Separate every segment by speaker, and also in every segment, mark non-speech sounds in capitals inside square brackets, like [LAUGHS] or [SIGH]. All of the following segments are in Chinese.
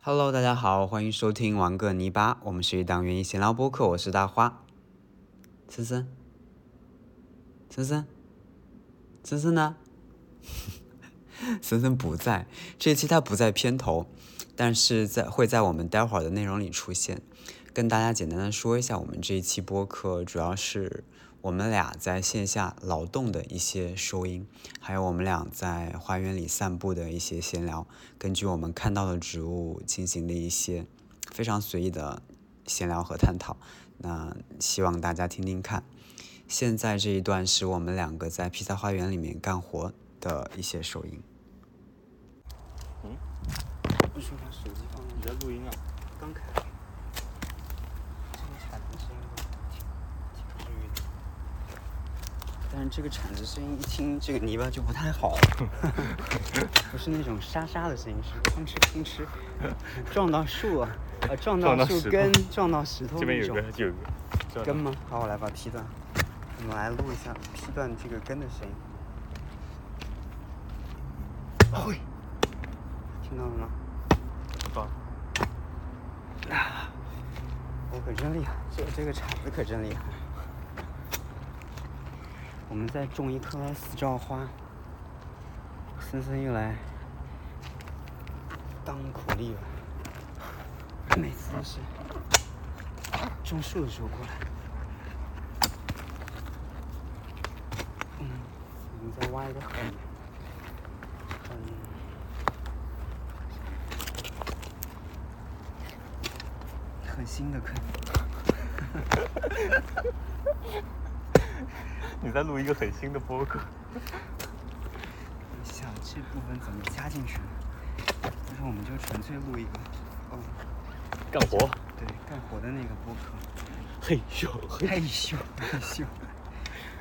Speaker 1: Hello，大家好，欢迎收听《玩个泥巴》，我们是一档园艺闲聊播客，我是大花。森森，森森，森森呢？ [LAUGHS] 森森不在，这一期他不在片头，但是在会在我们待会儿的内容里出现。跟大家简单的说一下，我们这一期播客主要是我们俩在线下劳动的一些收音，还有我们俩在花园里散步的一些闲聊，根据我们看到的植物进行的一些非常随意的闲聊和探讨。那希望大家听听看。现在这一段是我们两个在披萨花园里面干活的一些收音。
Speaker 2: 不行，把手机放你在录音啊？刚开。这个铲子声音都挺挺治
Speaker 1: 但是这个铲子声音一听，这个
Speaker 2: 愈的。
Speaker 1: 泥巴就不太
Speaker 2: [LAUGHS]
Speaker 1: 好，不是那种沙沙的声音，是吭哧吭哧撞到树啊，呃撞
Speaker 2: 撞
Speaker 1: 到
Speaker 2: 到
Speaker 1: 树
Speaker 2: 石头
Speaker 1: 根，撞到石头
Speaker 2: 这边
Speaker 1: 那
Speaker 2: 有
Speaker 1: 种
Speaker 2: 个，有个。这
Speaker 1: 根吗？好，我来把它劈断。我们来录一下劈断这个根的声音。嘿，听到了吗？
Speaker 2: 好。
Speaker 1: 啊我可真厉害，这这个铲子可真厉害。我们再种一棵四照花，森森又来当苦力了。每次都是种树的时候过来。嗯，我们再挖一个很很。很新的坑，
Speaker 2: 你在录一个很新的播客。
Speaker 1: 我想这部分怎么加进去呢？就是我们就纯粹录一个，哦，
Speaker 2: 干活。
Speaker 1: 对，干活的那个播客。哎
Speaker 2: 嘿咻嘿。
Speaker 1: 害羞，害羞。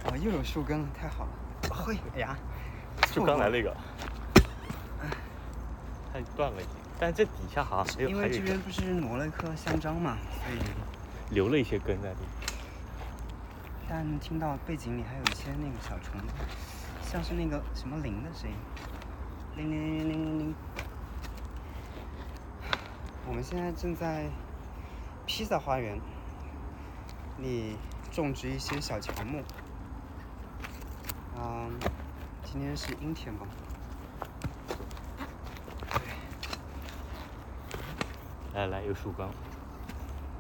Speaker 1: 哦，又有树根了，太好了。嘿，哎呀，
Speaker 2: 就刚来那个。它断了已经，但这底下好像还有
Speaker 1: 因
Speaker 2: 还
Speaker 1: 为
Speaker 2: 有
Speaker 1: 这
Speaker 2: 一个
Speaker 1: 边不是挪了一棵香樟嘛，所以
Speaker 2: 留了一些根在里面。
Speaker 1: 但听到背景里还有一些那个小虫子，像是那个什么铃的声音，铃铃铃铃铃铃。我们现在正在披萨花园里种植一些小乔木。嗯，今天是阴天吧？
Speaker 2: 来来，有树干。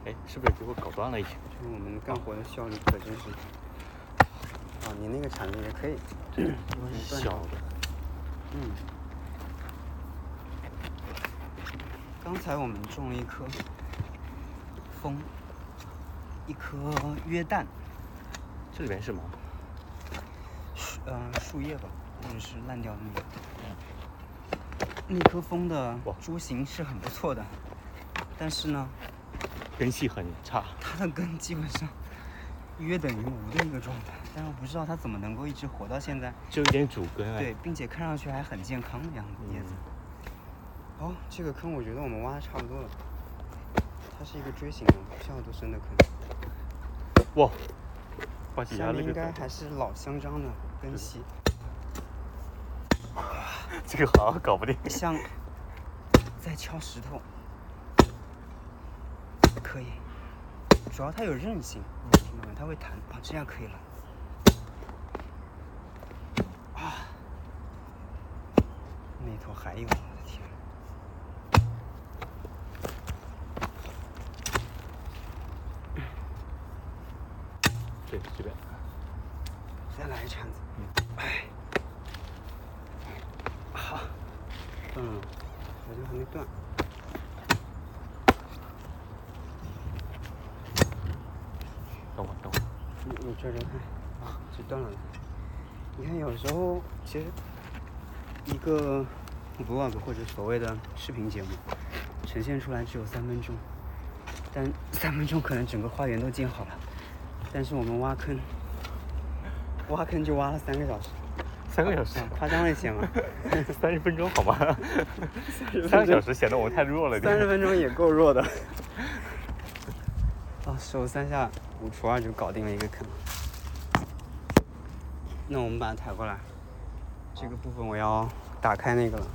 Speaker 2: 哎，是不是给我搞断了一些？
Speaker 1: 就是我们干活的效率可真是……哦，你那个铲子也可以，断
Speaker 2: 小的。
Speaker 1: 嗯，刚才我们种了一棵枫，一棵约旦，
Speaker 2: 这里面是吗？
Speaker 1: 树呃树叶吧，或者是烂掉的那个。那棵枫的
Speaker 2: 哇
Speaker 1: 株型是很不错的，但是呢，
Speaker 2: 根系很差。
Speaker 1: 它的根基本上约等于无的一个状态，但是我不知道它怎么能够一直活到现在。
Speaker 2: 就有点主根哎。
Speaker 1: 对，并且看上去还很健康的样子，叶子。哦，这个坑我觉得我们挖的差不多了，它是一个锥形的，不需要多深的坑。
Speaker 2: 嗯哇，把底下
Speaker 1: 下
Speaker 2: 那
Speaker 1: 面
Speaker 2: 个
Speaker 1: 应该
Speaker 2: 感觉
Speaker 1: 还是老香樟的根系，
Speaker 2: 这个好像搞不定。
Speaker 1: 像在敲石头，可以，主要它有韧性，听到没？它会弹啊，这样可以了。啊，那头还有，我的天！
Speaker 2: 对，这边。
Speaker 1: 再来一铲子。哎，好，嗯，好像还没断。
Speaker 2: 等会儿，等会儿。
Speaker 1: 你你这着看，啊，这断了。你看，有时候其实一个 vlog 或者所谓的视频节目，呈现出来只有三分钟，但 [LAUGHS] 三分钟可能整个花园都建好了，但是我们挖坑，挖坑就挖了三个小时，
Speaker 2: 三个小时
Speaker 1: 啊，夸张了一些嘛。
Speaker 2: 三十分钟好吗？
Speaker 1: 分钟
Speaker 2: 三个小时显得我太弱 [LAUGHS] 了
Speaker 1: 三十
Speaker 2: 点。
Speaker 1: 分钟也够弱的。 [LAUGHS] 啊，手三下五除二就搞定了一个坑。那我们把它抬过来，这个部分我要打开那个了。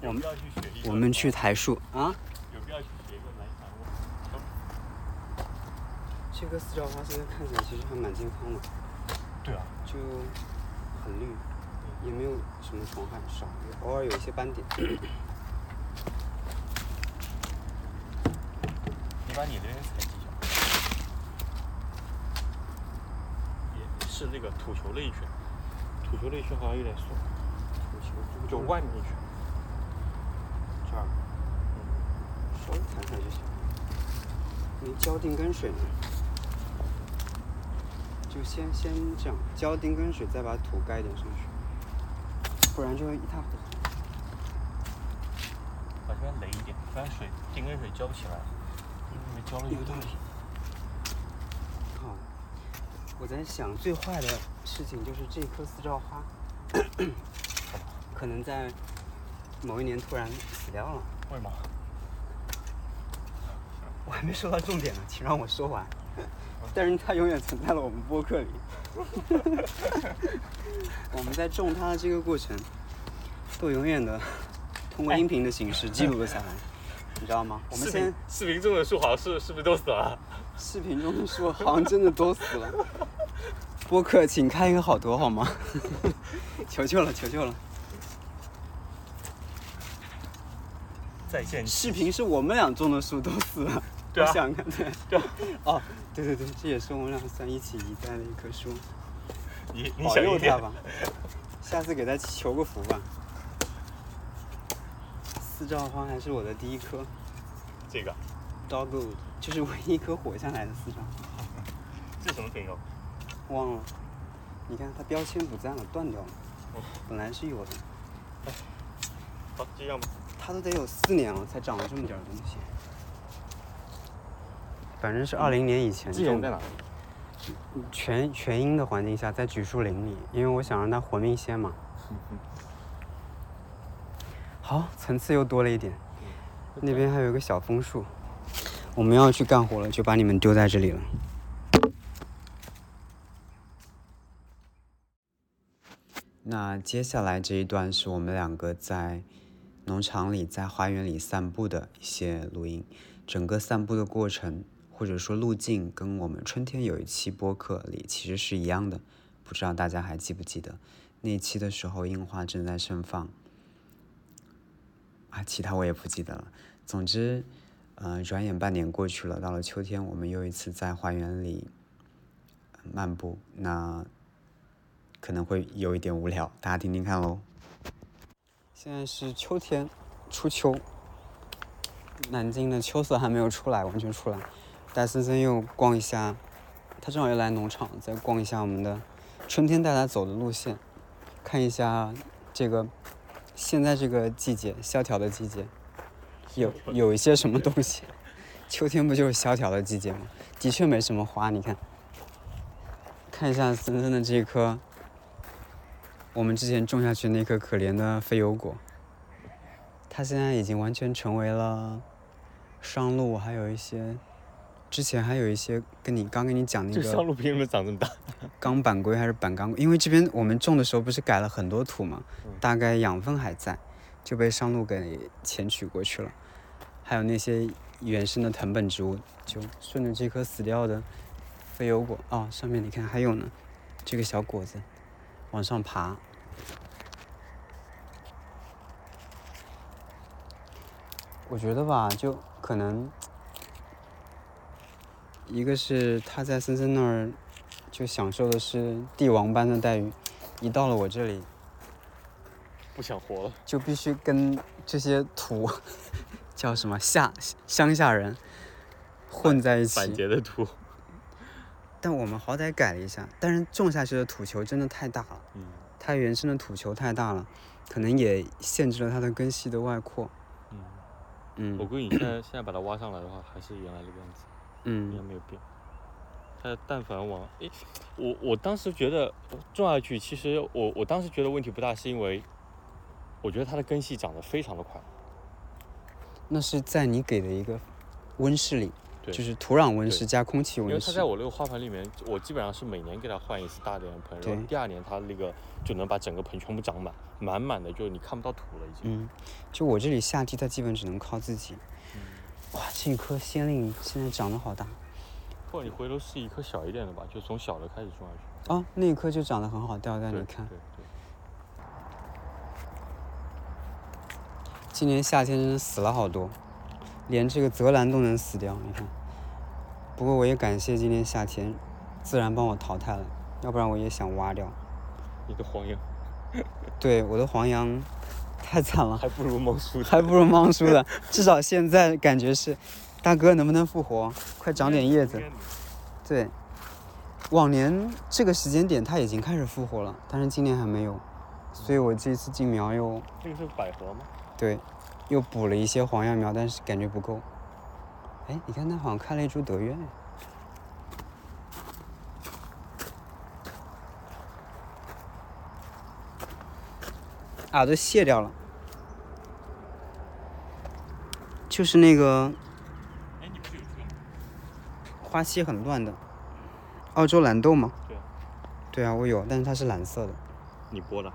Speaker 1: 我们
Speaker 2: 要去学一
Speaker 1: 我们去台树啊，
Speaker 2: 有必要去学一个来掌握。
Speaker 1: 这个四角花现在看起来其实还蛮健康的，
Speaker 2: 对啊，
Speaker 1: 就很绿，也没有什么虫害，少偶尔有一些斑点。
Speaker 2: 你把你的那个采集一下。也是那个土球那一圈，土球那一圈好像有点松，就外面一圈。
Speaker 1: 这儿，啊嗯稍微弹弹就行，没浇定根水呢，就先先这样浇定根水，再把土盖点上去，不然就会一塌糊涂。
Speaker 2: 把这边垒一点，不然水定根水浇不起来，因为浇了
Speaker 1: 有道理。好，我在想最坏的事情就是这棵四照花， [COUGHS] 可能在某一年突然死掉了。
Speaker 2: 为嘛？
Speaker 1: 我还没说到重点呢，请让我说完。但是它永远存在了我们播客里。我们在种它的这个过程，都永远的通过音频的形式记录了下来，你知道吗？我们先
Speaker 2: 哎视频种的树好像是是不是都死了？
Speaker 1: 视频中的树好像真的都死了。播客请开一个好多好吗？ [LAUGHS] 求求了，求求了！
Speaker 2: 嗯在线
Speaker 1: 视频是我们俩种的树都死了，
Speaker 2: 对啊
Speaker 1: 我想看对
Speaker 2: 对啊
Speaker 1: 哦，对对对，这也是我们俩算一起移栽的一棵树。
Speaker 2: 你你
Speaker 1: 保
Speaker 2: 想
Speaker 1: 佑他
Speaker 2: 一点，
Speaker 1: 吧，下次给他求个福吧。四照花还是我的第一颗
Speaker 2: 这个
Speaker 1: dogwood，就是唯一一颗活下来的四照花，
Speaker 2: 这什么品种？
Speaker 1: 忘了。你看它标签不在了，断掉了
Speaker 2: 哦。
Speaker 1: 本来是有的，
Speaker 2: 好，这样吧，
Speaker 1: 它都得有四年了才长了这么点儿东西。反正是二零年以前种的，
Speaker 2: 哪？
Speaker 1: 全全阴的环境下，在榉树林里，因为我想让它活命些嘛。好，层次又多了一点。那边还有一个小枫树，我们要去干活了，就把你们丢在这里了。那接下来这一段是我们两个在农场里、在花园里散步的一些录音，整个散步的过程或者说路径跟我们春天有一期播客里其实是一样的，不知道大家还记不记得？那期的时候樱花正在盛放，啊，其他我也不记得了。总之，呃，转眼半年过去了，到了秋天，我们又一次在花园里呃漫步，那可能会有一点无聊，大家听听看喽。现在是秋天，初秋，南京的秋色还没有出来，完全出来。戴森森又逛一下，他正好又来农场，再逛一下我们的春天带他走的路线，看一下这个现在这个季节萧条的季节，有有一些什么东西？秋天不就是萧条的季节吗？的确没什么花，你看，看一下森森的这一颗，我们之前种下去那颗可怜的飞油果，它现在已经完全成为了商路，还有一些之前还有一些跟你刚跟你讲那
Speaker 2: 这
Speaker 1: 个
Speaker 2: 上路凭什么长这么大？
Speaker 1: 钢板龟还是板钢龟？因为这边我们种的时候不是改了很多土嘛，
Speaker 2: 嗯
Speaker 1: 大概养分还在，就被商路给前取过去了。还有那些原生的藤本植物，就顺着这棵死掉的飞油果哦，上面你看还有呢，这个小果子往上爬。我觉得吧，就可能一个是他在森森那儿就享受的是帝王般的待遇，一到了我这里
Speaker 2: 不想活了。
Speaker 1: 就必须跟这些土 [LAUGHS] 叫什么下乡下人混在一
Speaker 2: [LAUGHS] 反
Speaker 1: 起。
Speaker 2: 截的图。
Speaker 1: 但我们好歹改了一下，但是种下去的土球真的太大了，
Speaker 2: 嗯
Speaker 1: 它原生的土球太大了，可能也限制了它的根系的外扩。
Speaker 2: 嗯，我
Speaker 1: 嗯
Speaker 2: 估计你现在现在把它挖上来的话，还是原来这个样子，应该
Speaker 1: 嗯，
Speaker 2: 没有变。它但凡往，诶，我我当时觉得种下去，其实我我当时觉得问题不大，是因为我觉得它的根系长得非常的快。
Speaker 1: 那是在你给的一个温室里，
Speaker 2: 对
Speaker 1: 就是土壤温室
Speaker 2: 对
Speaker 1: 加空气
Speaker 2: 因为
Speaker 1: 温
Speaker 2: 它
Speaker 1: 室
Speaker 2: 在。我这个花盆里面，我基本上是每年给它换一次大点的盆，然
Speaker 1: 对
Speaker 2: 后第二年它那个就能把整个盆全部长满，满满的，就你看不到土了已经。
Speaker 1: 嗯，就我这里下地，它基本只能靠自己。哇，这一颗仙令现在长得好大
Speaker 2: 或者你回头试一颗小一点的吧，就从小的开始种下去。
Speaker 1: 啊！那一颗就长得很好，掉在
Speaker 2: 对
Speaker 1: 你看。
Speaker 2: 对对，
Speaker 1: 今年夏天真的死了好多，连这个泽兰都能死掉，你看。不过我也感谢今年夏天，自然帮我淘汰了，要不然我也想挖掉。
Speaker 2: 你的黄杨
Speaker 1: 对，我的黄杨 [LAUGHS] 太惨了，
Speaker 2: 还不如猫叔的。
Speaker 1: 还不如芒叔的，至少现在感觉是，大哥能不能复活？快长点叶子。对，往年这个时间点它已经开始复活了，但是今年还没有，所以我这次进苗又
Speaker 2: 这个是百合吗？
Speaker 1: 对，又补了一些黄杨苗，但是感觉不够。哎，你看它好像开了一株德月。啊，都卸掉了。就是那个
Speaker 2: 哎，你不是有这个吗？
Speaker 1: 花期很乱的，澳洲蓝豆吗？
Speaker 2: 对啊
Speaker 1: 对啊，我有，但是它是蓝色的。
Speaker 2: 你播的？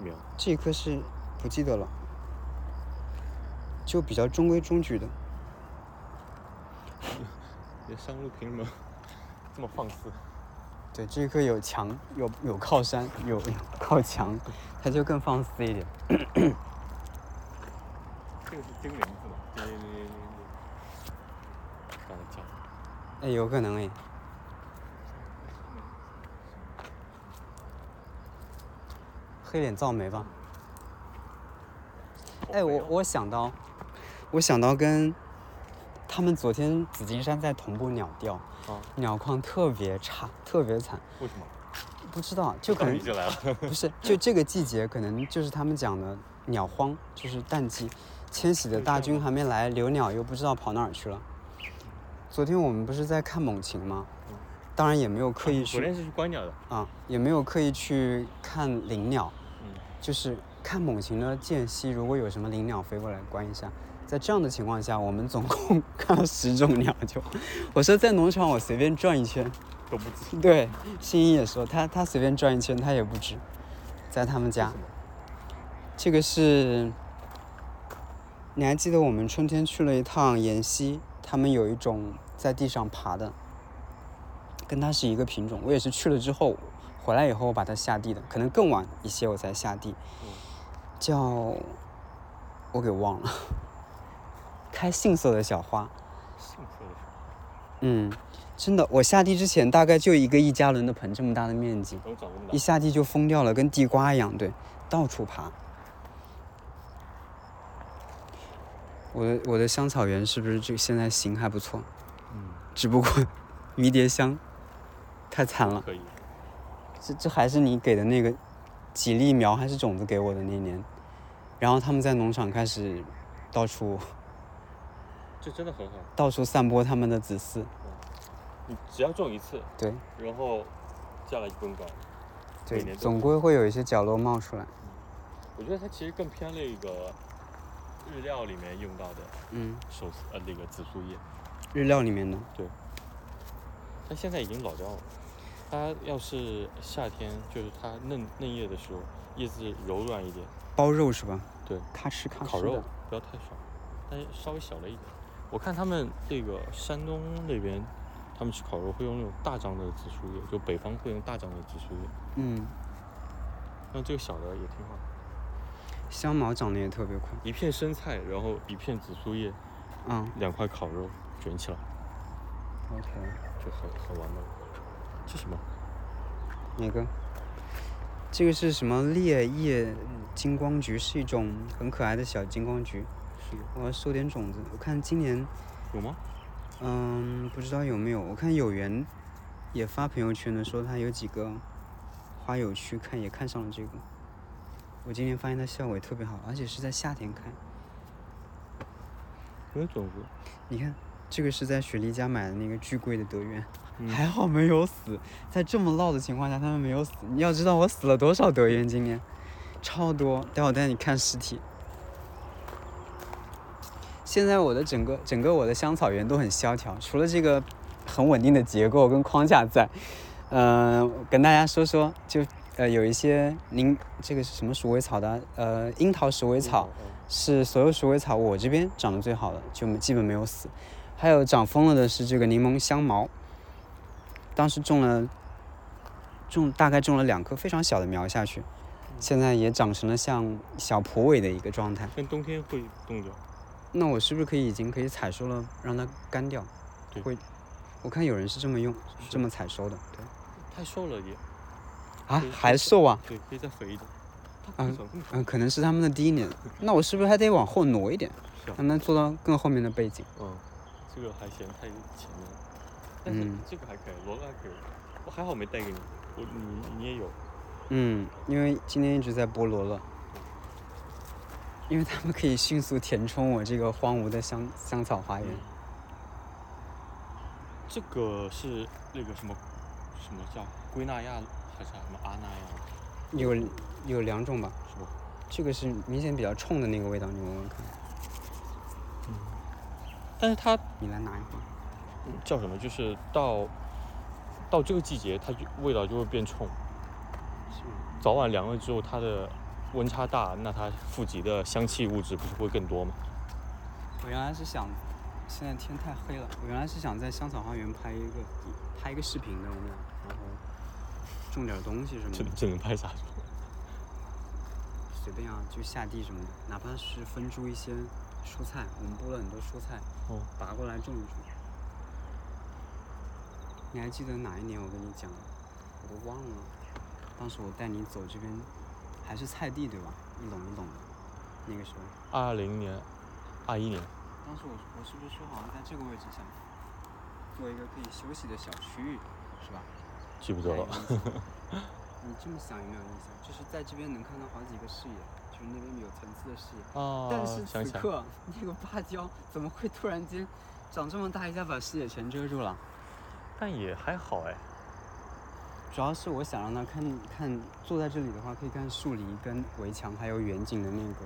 Speaker 2: 没有。
Speaker 1: 这一颗是不记得了，就比较中规中矩的。
Speaker 2: 你的山路凭什么 [LAUGHS] 这么放肆？
Speaker 1: 对，这一颗有墙，有有靠山，有有靠墙，它就更放肆一点。
Speaker 2: 这个是精灵是吗？精灵精灵精灵精灵。刚才讲。
Speaker 1: 哎，有可能哎。黑脸造眉吧。哎，我我想到，我想到跟他们昨天紫金山在同步鸟调，
Speaker 2: 啊
Speaker 1: 鸟况特别差，特别惨。
Speaker 2: 为什么？
Speaker 1: 不知道，就可
Speaker 2: 到
Speaker 1: 能
Speaker 2: [LAUGHS] 你就来了。
Speaker 1: 不是，就这个季节，可能就是他们讲的鸟荒，就是淡季，迁徙的大军还没来，留鸟又不知道跑哪儿去了。昨天我们不是在看猛禽吗？当然也没有刻
Speaker 2: [LAUGHS]
Speaker 1: 意
Speaker 2: 嗯
Speaker 1: 去
Speaker 2: 昨天是去观鸟的。
Speaker 1: 啊，也没有刻意去看灵鸟，
Speaker 2: 嗯。
Speaker 1: 就是看猛禽的间隙，如果有什么灵鸟飞过来，观一下。在这样的情况下，我们总共 [LAUGHS] 看了十种鸟就，我说在农场我随便转一圈，
Speaker 2: 都不知。
Speaker 1: 对，欣怡也说他他随便转一圈他也不止，在他们 [LAUGHS] 家
Speaker 2: 为什。么
Speaker 1: 这个是，你还记得我们春天去了一趟妍希，他们有一种在地上爬的，跟它是一个品种。我也是去了之后，回来以后我把它下地的，可能更晚一些我才下地，叫我给忘了，开杏色的小花。
Speaker 2: 幸福的事
Speaker 1: 嗯，真的，我下地之前大概就一个一加仑的盆这么大的面积，
Speaker 2: 等我长这么
Speaker 1: 一
Speaker 2: 大，
Speaker 1: 下地就疯掉了，跟地瓜一样，对，到处爬。我的我的香草园是不是这现在行还不错？
Speaker 2: 嗯，
Speaker 1: 只不过迷迭香太惨了，
Speaker 2: 可以。
Speaker 1: 这这还是你给的那个几粒苗还是种子给我的那年，然后他们在农场开始到处
Speaker 2: 这真的很好。
Speaker 1: 到处散播他们的子嗣，
Speaker 2: 你只要种一次，
Speaker 1: 对
Speaker 2: 然后接下来就不用管了。每
Speaker 1: 对，
Speaker 2: 年都
Speaker 1: 总归会有一些角落冒出来。
Speaker 2: 我觉得它其实更偏那个日料里面用到的
Speaker 1: 嗯，
Speaker 2: 手撕呃那个紫苏叶，
Speaker 1: 日料里面的，
Speaker 2: 它现在已经老掉了。它要是夏天，就是它嫩嫩叶的时候，叶子柔软一点，
Speaker 1: 包肉是吧？
Speaker 2: 对，
Speaker 1: 咔哧咔哧
Speaker 2: 烤
Speaker 1: 啊的
Speaker 2: 肉不要太少，但是稍微小了一点。我看他们这个山东那边，他们吃烤肉会用那种大张的紫苏叶，就北方会用大张的紫苏叶，
Speaker 1: 嗯，
Speaker 2: 那这个小的也挺好。
Speaker 1: 香茅长得也特别快。
Speaker 2: 一片生菜，然后一片紫苏叶，
Speaker 1: 嗯
Speaker 2: 两块烤肉卷起来，
Speaker 1: ，OK，
Speaker 2: 就很很完美。这什么？
Speaker 1: 哪个？这个是什么？裂叶金光菊是一种很可爱的小金光菊，
Speaker 2: 是
Speaker 1: 我要收点种子。我看今年，
Speaker 2: 有吗？
Speaker 1: 嗯，不知道有没有。我看有缘也发朋友圈的说他有几个花友去看，也看上了这个。我今年发现它效果也特别好，而且是在夏天开。
Speaker 2: 没有种子。
Speaker 1: 你看，这个是在雪梨家买的那个巨贵的德源，
Speaker 2: 嗯
Speaker 1: 还好没有死。在这么闹的情况下，他们没有死。你要知道我死了多少德源今年，超多。待会儿带你看尸体。现在我的整个整个我的香草园都很萧条，除了这个很稳定的结构跟框架在，嗯、跟大家说说，就呃有一些您这个是什么鼠尾草的啊？呃，樱桃鼠尾草，
Speaker 2: 哦
Speaker 1: 是所有鼠尾草我这边长得最好的，就没基本没有死。还有长疯了的是这个柠檬香茅，当时种了种大概种了两棵非常小的苗下去，现在也长成了像小蒲苇的一个状态。
Speaker 2: 但冬天会冻掉。
Speaker 1: 那我是不是可以已经可以采收了，让它干掉？
Speaker 2: 对
Speaker 1: 会，我看有人是这么用
Speaker 2: 是
Speaker 1: 这么采收的，对
Speaker 2: 太瘦了也，
Speaker 1: 啊
Speaker 2: 对，
Speaker 1: 还瘦啊，
Speaker 2: 对，可以再肥一点。它
Speaker 1: 啊
Speaker 2: 不长不长
Speaker 1: 嗯，可能是他们的第一年，那我是不是还得往后挪一点
Speaker 2: 是啊，
Speaker 1: 让它做到更后面的背景？
Speaker 2: 嗯，这个还嫌太前面了，但是
Speaker 1: 嗯
Speaker 2: 这个还可以，罗勒还可以，我还好没带给你，我你你也有，
Speaker 1: 嗯，因为今天一直在菠萝了，因为它们可以迅速填充我这个荒芜的香香草
Speaker 2: 哎
Speaker 1: 花园。
Speaker 2: 嗯这个是那个什么什么叫圭纳亚还是什么阿那亚
Speaker 1: 有有两种吧，
Speaker 2: 是吧？
Speaker 1: 这个是明显比较冲的那个味道，你闻闻看，
Speaker 2: 但是它
Speaker 1: 你来拿一会儿。
Speaker 2: 叫什么？就是到到这个季节，它就味道就会变冲，早晚凉了之后，它的温差大，那它富集的香气物质不是会更多吗？
Speaker 1: 我原来是想，现在天太黑了，我原来是想在香草花园拍一个拍一个视频的，我们俩，然后种点东西什么
Speaker 2: 这
Speaker 1: 的，
Speaker 2: 这能拍啥？
Speaker 1: 随便啊，就下地什么的，哪怕是分株一些蔬菜，我们播了很多蔬菜，
Speaker 2: 哦，
Speaker 1: 拔过来种一种。你还记得哪一年我跟你讲的？我都忘了。当时我带你走这边，还是菜地对吧？一垄一垄的，那个时候。
Speaker 2: 二零年，二一年，
Speaker 1: 当时我我是不是说好像在这个位置上做一个可以休息的小区域，是吧？
Speaker 2: 记不
Speaker 1: 不
Speaker 2: 得了。。
Speaker 1: 你这么想有没有印象？就是在这边能看到好几个视野，就是那边有层次的视野。
Speaker 2: 啊，
Speaker 1: 哎但是
Speaker 2: 想
Speaker 1: 此
Speaker 2: 起来了，
Speaker 1: 刻 [LAUGHS] 那个芭蕉怎么会突然间长这么大一下把视野全遮住了？
Speaker 2: 但也还好哎。
Speaker 1: 主要是我想让他看看坐在这里的话，可以看树篱跟围墙，还有远景的那个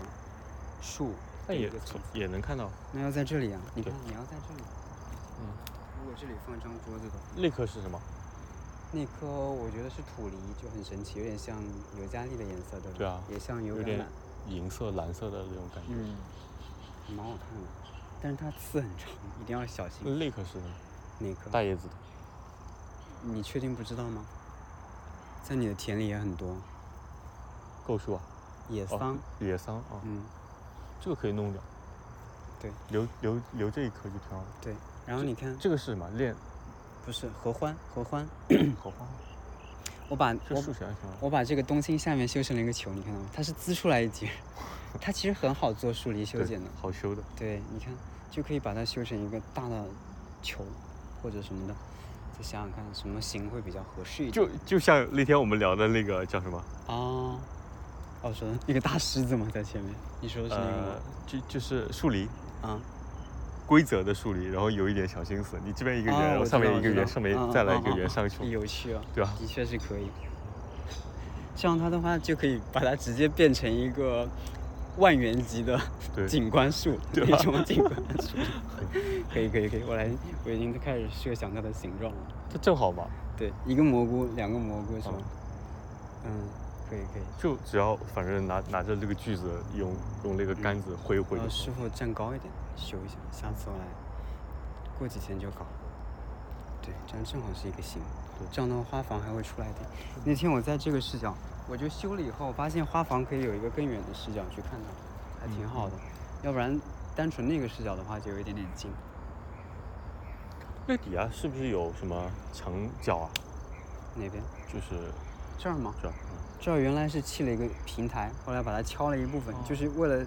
Speaker 1: 树。
Speaker 2: 但
Speaker 1: 一
Speaker 2: 也
Speaker 1: 个层次
Speaker 2: 也能看到，
Speaker 1: 那要在这里啊！你看
Speaker 2: 对，
Speaker 1: 你要在这里。
Speaker 2: 嗯。
Speaker 1: 如果这里放一张桌子的话，
Speaker 2: 那颗是什么？
Speaker 1: 那颗我觉得是土梨，就很神奇，有点像尤加利的颜色，对吧？
Speaker 2: 对啊
Speaker 1: 也像尤
Speaker 2: 有
Speaker 1: 橄
Speaker 2: 点
Speaker 1: 榄，
Speaker 2: 银色、蓝色的那种感觉。
Speaker 1: 嗯，蛮好看的，但是它刺很长，一定要小心。
Speaker 2: 那那颗是什么？
Speaker 1: 那颗
Speaker 2: 大叶子的。
Speaker 1: 你确定不知道吗？在你的田里也很多
Speaker 2: 构树啊，
Speaker 1: 野
Speaker 2: 哦
Speaker 1: 桑，
Speaker 2: 野桑啊，
Speaker 1: 嗯，
Speaker 2: 这个可以弄掉。
Speaker 1: 对，
Speaker 2: 留留留这一颗就挺好的。
Speaker 1: 对。然后你看，
Speaker 2: 这个是什么？
Speaker 1: [CLEARS THROAT]
Speaker 2: 练
Speaker 1: 不是合欢，合欢，
Speaker 2: 荷花，
Speaker 1: 我把
Speaker 2: 这
Speaker 1: 我
Speaker 2: 树谁还挺好。
Speaker 1: 我把这个冬青下面修成了一个球，你看到吗？它是滋出来一截， [LAUGHS] 它其实很好做树篱修
Speaker 2: 对
Speaker 1: 剪的。
Speaker 2: 好修的。
Speaker 1: 对，你看，就可以把它修成一个大的球或者什么的。再想想看，什么型会比较合适一点？
Speaker 2: 就就像那天我们聊的那个叫什么？
Speaker 1: 啊，哦，我说那个大狮子嘛，在前面，你说的是那个
Speaker 2: 呃
Speaker 1: 吗？，
Speaker 2: 就就是树篱，
Speaker 1: 啊，
Speaker 2: 规则的树篱，然后有一点小心思，你这边一个圆，
Speaker 1: 啊
Speaker 2: 然
Speaker 1: 我
Speaker 2: 后
Speaker 1: 知
Speaker 2: 上面
Speaker 1: 道
Speaker 2: 一个
Speaker 1: 知
Speaker 2: 圆，
Speaker 1: 道
Speaker 2: 上面
Speaker 1: 嗯
Speaker 2: 再来
Speaker 1: 嗯
Speaker 2: 一个
Speaker 1: 嗯
Speaker 2: 圆
Speaker 1: 嗯
Speaker 2: 上去，
Speaker 1: 有趣啊，
Speaker 2: 对吧？
Speaker 1: 的确是可以。这样它的话就可以把它直接变成一个万元级的
Speaker 2: 对，
Speaker 1: 景观树，
Speaker 2: 对啊
Speaker 1: 那种景观树。可以可以可以，我来，我已经开始设想它的形状了。
Speaker 2: 这正好嘛，
Speaker 1: 对，一个蘑菇，两个蘑菇是吧
Speaker 2: 嗯？
Speaker 1: 嗯，可以可以。
Speaker 2: 就只要反正拿拿着这个锯子，用用那个杆子挥一挥
Speaker 1: 然后
Speaker 2: 就行
Speaker 1: 呃师傅站高一点，修一下，下次我来，过几天就搞。对，这样正好是一个形
Speaker 2: 对，
Speaker 1: 这样的话花房还会出来一点。那天我在这个视角，我就修了以后，发现花房可以有一个更远的视角去看它，还挺好的。要不然单纯那个视角的话，就有一点点近。
Speaker 2: 那底下是不是有什么墙角啊？
Speaker 1: 哪边？
Speaker 2: 就是
Speaker 1: 这儿吗？
Speaker 2: 这儿，
Speaker 1: 这儿原来是砌了一个平台，后来把它敲了一部分，就是为了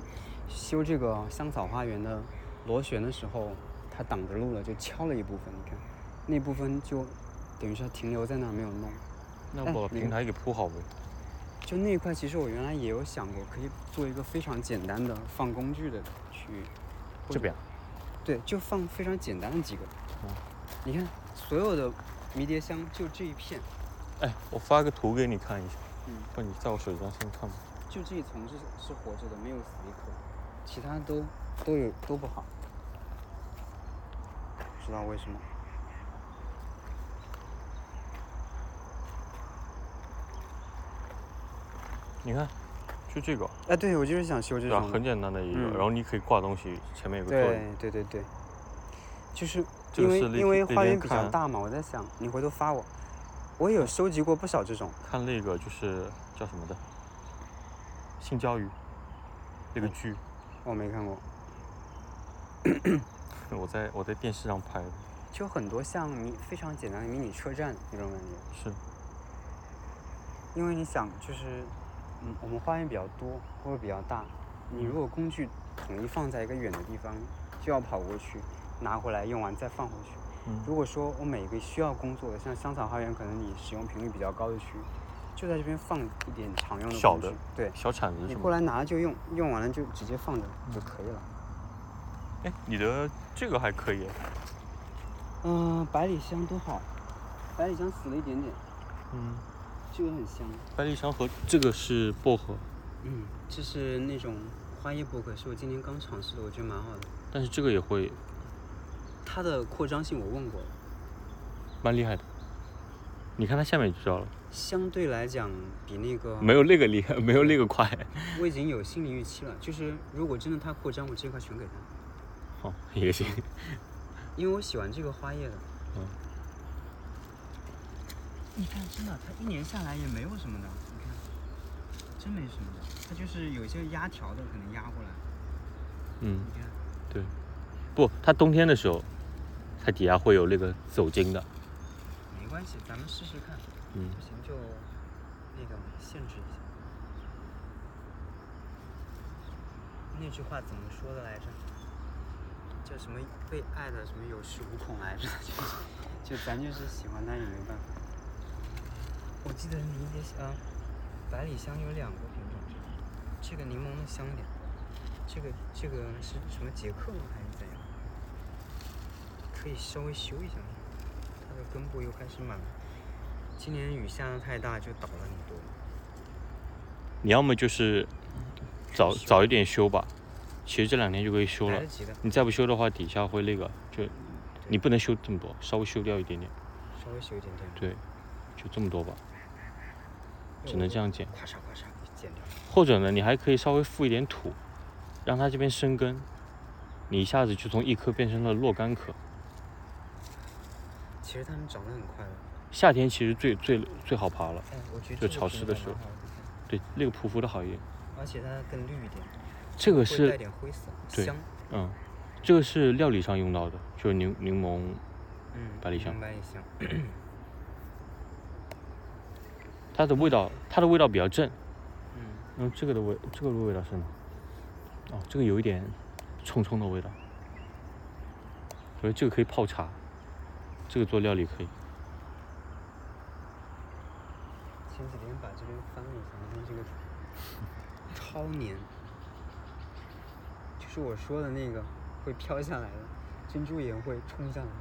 Speaker 1: 修这个香草花园的螺旋的时候，它挡着路了，就敲了一部分。你看，那部分就等于是停留在那儿没有弄。
Speaker 2: 那
Speaker 1: 哎
Speaker 2: 把
Speaker 1: 那
Speaker 2: 平
Speaker 1: 个
Speaker 2: 台给铺好呗。
Speaker 1: 就那一块，其实我原来也有想过，可以做一个非常简单的放工具的区域。或
Speaker 2: 这
Speaker 1: 者
Speaker 2: 边啊，
Speaker 1: 对，就放非常简单的几个。
Speaker 2: 嗯
Speaker 1: 你看，所有的迷迭香就这一片，
Speaker 2: 哎，我发个图给你看一下，
Speaker 1: 嗯，
Speaker 2: 不然你在我手机上先看吧。
Speaker 1: 就这一丛是是活着的，没有死一颗，其他都都有都不好。知道为什么。
Speaker 2: 你看，就这个，
Speaker 1: 哎，对，我就是想修这
Speaker 2: 对吧？
Speaker 1: 种的。
Speaker 2: 很简单的一个，
Speaker 1: 嗯
Speaker 2: 然后你可以挂东西，前面有个座
Speaker 1: 对
Speaker 2: 椅。
Speaker 1: 对对对，就是
Speaker 2: 这
Speaker 1: 因
Speaker 2: 个
Speaker 1: 为
Speaker 2: 是那
Speaker 1: 因为
Speaker 2: 那
Speaker 1: 花
Speaker 2: 天
Speaker 1: 园比较
Speaker 2: 看
Speaker 1: 大嘛，我在想你回头发我，我有收集过不少这种。
Speaker 2: 看那个就是叫什么的，性教育，
Speaker 1: 嗯
Speaker 2: 那个剧，
Speaker 1: 我没看过，
Speaker 2: 我在我在电视上拍的，
Speaker 1: 就很多像迷非常简单的迷你车站那种感觉，
Speaker 2: 是
Speaker 1: 因为你想就是，嗯，我们花园比较多，或者比较大，你如果工具统一放在一个远的地方，就要跑过去拿回来用完再放回去。
Speaker 2: 嗯
Speaker 1: 如果说我每个需要工作的，像香草花园，可能你使用频率比较高的区，就在这边放一点常用的
Speaker 2: 小
Speaker 1: 工具
Speaker 2: 的，
Speaker 1: 对，
Speaker 2: 小铲子
Speaker 1: 你
Speaker 2: 什
Speaker 1: 过
Speaker 2: 么的。
Speaker 1: 来拿就用，用完了就直接放着就可以了。
Speaker 2: 哎，你的这个还可以，啊
Speaker 1: 嗯、百里香多好，百里香死了一点点，
Speaker 2: 嗯，
Speaker 1: 这个很香。
Speaker 2: 百里香和这个是薄荷，
Speaker 1: 嗯，这是那种花叶薄荷，是我今天刚尝试的，我觉得蛮好的。
Speaker 2: 但是这个也会
Speaker 1: 它的扩张性我问过了，
Speaker 2: 蛮厉害的。你看它下面就知道了，
Speaker 1: 相对来讲比那个
Speaker 2: 没有那个厉害，没有那个快。
Speaker 1: 我已经有心理预期了，就是如果真的它扩张，我这块全给它，
Speaker 2: 哦，也行。
Speaker 1: 因为我喜欢这个花叶的。
Speaker 2: 嗯。
Speaker 1: 你看，真的，它一年下来也没有什么的，你看，真没什么的。它就是有些压条的可能压过来，
Speaker 2: 嗯
Speaker 1: 你，看。
Speaker 2: 不，它冬天的时候，它底下会有那个走茎的。
Speaker 1: 没关系，咱们试试看，
Speaker 2: 嗯
Speaker 1: 不，行就那个限制一下。那句话怎么说的来着？叫什么为爱的什么有恃无恐来着？ [LAUGHS] 就就咱就是喜欢他也没办法。我记得迷迭香、嗯百里香有两个品种，这个柠檬的香点，这个这个是什么捷克吗？还是怎样？可以稍微修一下吗，它的根部又开始满了。今年雨下的太大，就倒了很多。
Speaker 2: 你要么就是早早一点修吧，其实这两天就可以修
Speaker 1: 来
Speaker 2: 了
Speaker 1: 得。及的，
Speaker 2: 你再不修的话，底下会那个，就你不能修这么多，稍微修掉一点点，
Speaker 1: 稍微修一点点。
Speaker 2: 对就这么多吧，
Speaker 1: 对
Speaker 2: 只能这。样剪。
Speaker 1: 咔嚓咔嚓剪掉。
Speaker 2: 或者呢，你还可以稍微覆一点土，让它这边生根，你一下子就从一棵变成了若干棵。
Speaker 1: 其实它们长得很快的。
Speaker 2: 夏天其实最最最好爬了，
Speaker 1: 哎，我觉得这个
Speaker 2: 就潮
Speaker 1: 品
Speaker 2: 湿的
Speaker 1: 种
Speaker 2: 时候
Speaker 1: 蛮好的看
Speaker 2: 对，那个匍匐的好一点。
Speaker 1: 而且它更绿一点，
Speaker 2: 这个
Speaker 1: 会带
Speaker 2: 是
Speaker 1: 点灰色，
Speaker 2: 对
Speaker 1: 香。
Speaker 2: 嗯，这个是料理上用到的，就是柠柠檬，
Speaker 1: 嗯，
Speaker 2: 百里香
Speaker 1: 嗯百里香。
Speaker 2: 它的味道它的味道比较正。
Speaker 1: 嗯，
Speaker 2: 嗯，这个的味这个的味道是什么？哦，这个有一点冲冲的味道。我觉得这个可以泡茶，这个做料理可以。
Speaker 1: 前几天把这边翻了一下，你看这个超黏，就是我说的那个会飘下来的，珍珠岩会冲下来的。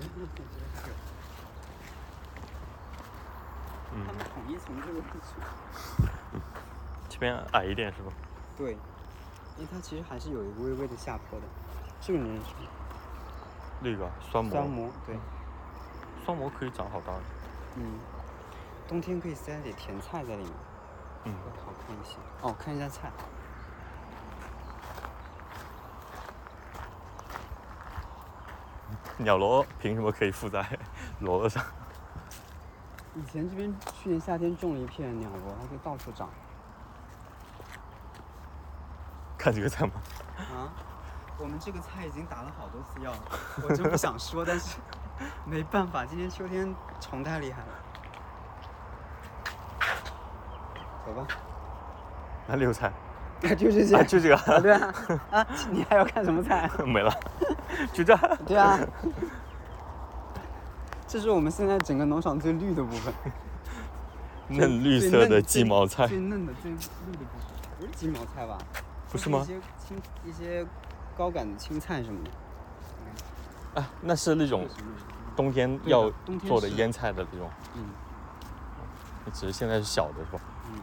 Speaker 1: 嗯那我觉得这个
Speaker 2: 嗯
Speaker 1: 他们统一从这个位置。
Speaker 2: 这边矮一点是吧？
Speaker 1: 对，因为它其实还是有一个微微的下坡的。这个你认识吗？
Speaker 2: 那个酸
Speaker 1: 酸蘑，对，
Speaker 2: 酸蘑可以长好大的。
Speaker 1: 嗯，冬天可以塞点甜菜在里面，
Speaker 2: 嗯
Speaker 1: 会好看一些。哦，看一下菜，
Speaker 2: 鸟笼凭什么可以附在 [LAUGHS] 骡子上？
Speaker 1: 以前这边去年夏天种了一片鸟萝，它就到处长。
Speaker 2: 看这个菜吗？
Speaker 1: 啊，我们这个菜已经打了好多次药了，我真不想说，但是没办法，今年秋天虫太厉害了。走吧，
Speaker 2: 哪里有啊菜？
Speaker 1: 就这些。
Speaker 2: 啊，就这个 [LAUGHS]
Speaker 1: 啊对啊，啊，你还要看什么菜？
Speaker 2: 没了，就这。
Speaker 1: 对啊，这是我们现在整个农场最绿的部分，最
Speaker 2: 嫩绿
Speaker 1: 最
Speaker 2: 色
Speaker 1: 嫩
Speaker 2: 的
Speaker 1: 最
Speaker 2: 鸡毛菜
Speaker 1: 最，嫩的、最绿的部分，不是鸡毛菜吧？
Speaker 2: 不
Speaker 1: 就是
Speaker 2: 吗
Speaker 1: 一？些青、一些高杆青菜什么的。
Speaker 2: 啊，那是那种冬天
Speaker 1: 对
Speaker 2: 要
Speaker 1: 的冬天
Speaker 2: 做的
Speaker 1: 是
Speaker 2: 腌菜的那种，
Speaker 1: 嗯
Speaker 2: 只是现在是小的是吧？
Speaker 1: 嗯，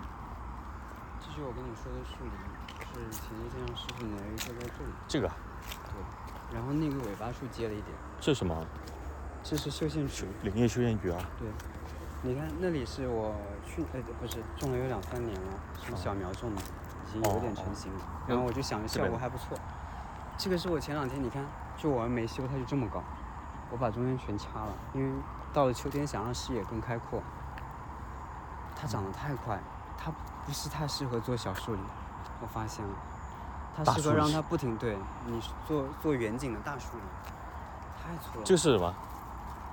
Speaker 1: 这是我跟你说的树林，是前几天让师傅拿一个在这里，
Speaker 2: 这个啊
Speaker 1: 对，然后那个尾巴处接了一点，
Speaker 2: 这是什么？
Speaker 1: 这是绣线菊。
Speaker 2: 林业修建局啊？
Speaker 1: 对，你看那里是我去呃不是种了有两三年了，是
Speaker 2: 哦
Speaker 1: 小苗种的，已经有点成型了。然后我就想
Speaker 2: 这
Speaker 1: 效
Speaker 2: 边
Speaker 1: 果还不错。这个是我前两天你看，就我没修它就这么高，我把中间全掐了，因为到了秋天想让视野更开阔。它长得太快，它不是太适合做小树林，我发现了。它
Speaker 2: 大
Speaker 1: 适
Speaker 2: 树
Speaker 1: 合让
Speaker 2: 林
Speaker 1: 它不停对你做做远景的大树林，太粗了。
Speaker 2: 这个是什么？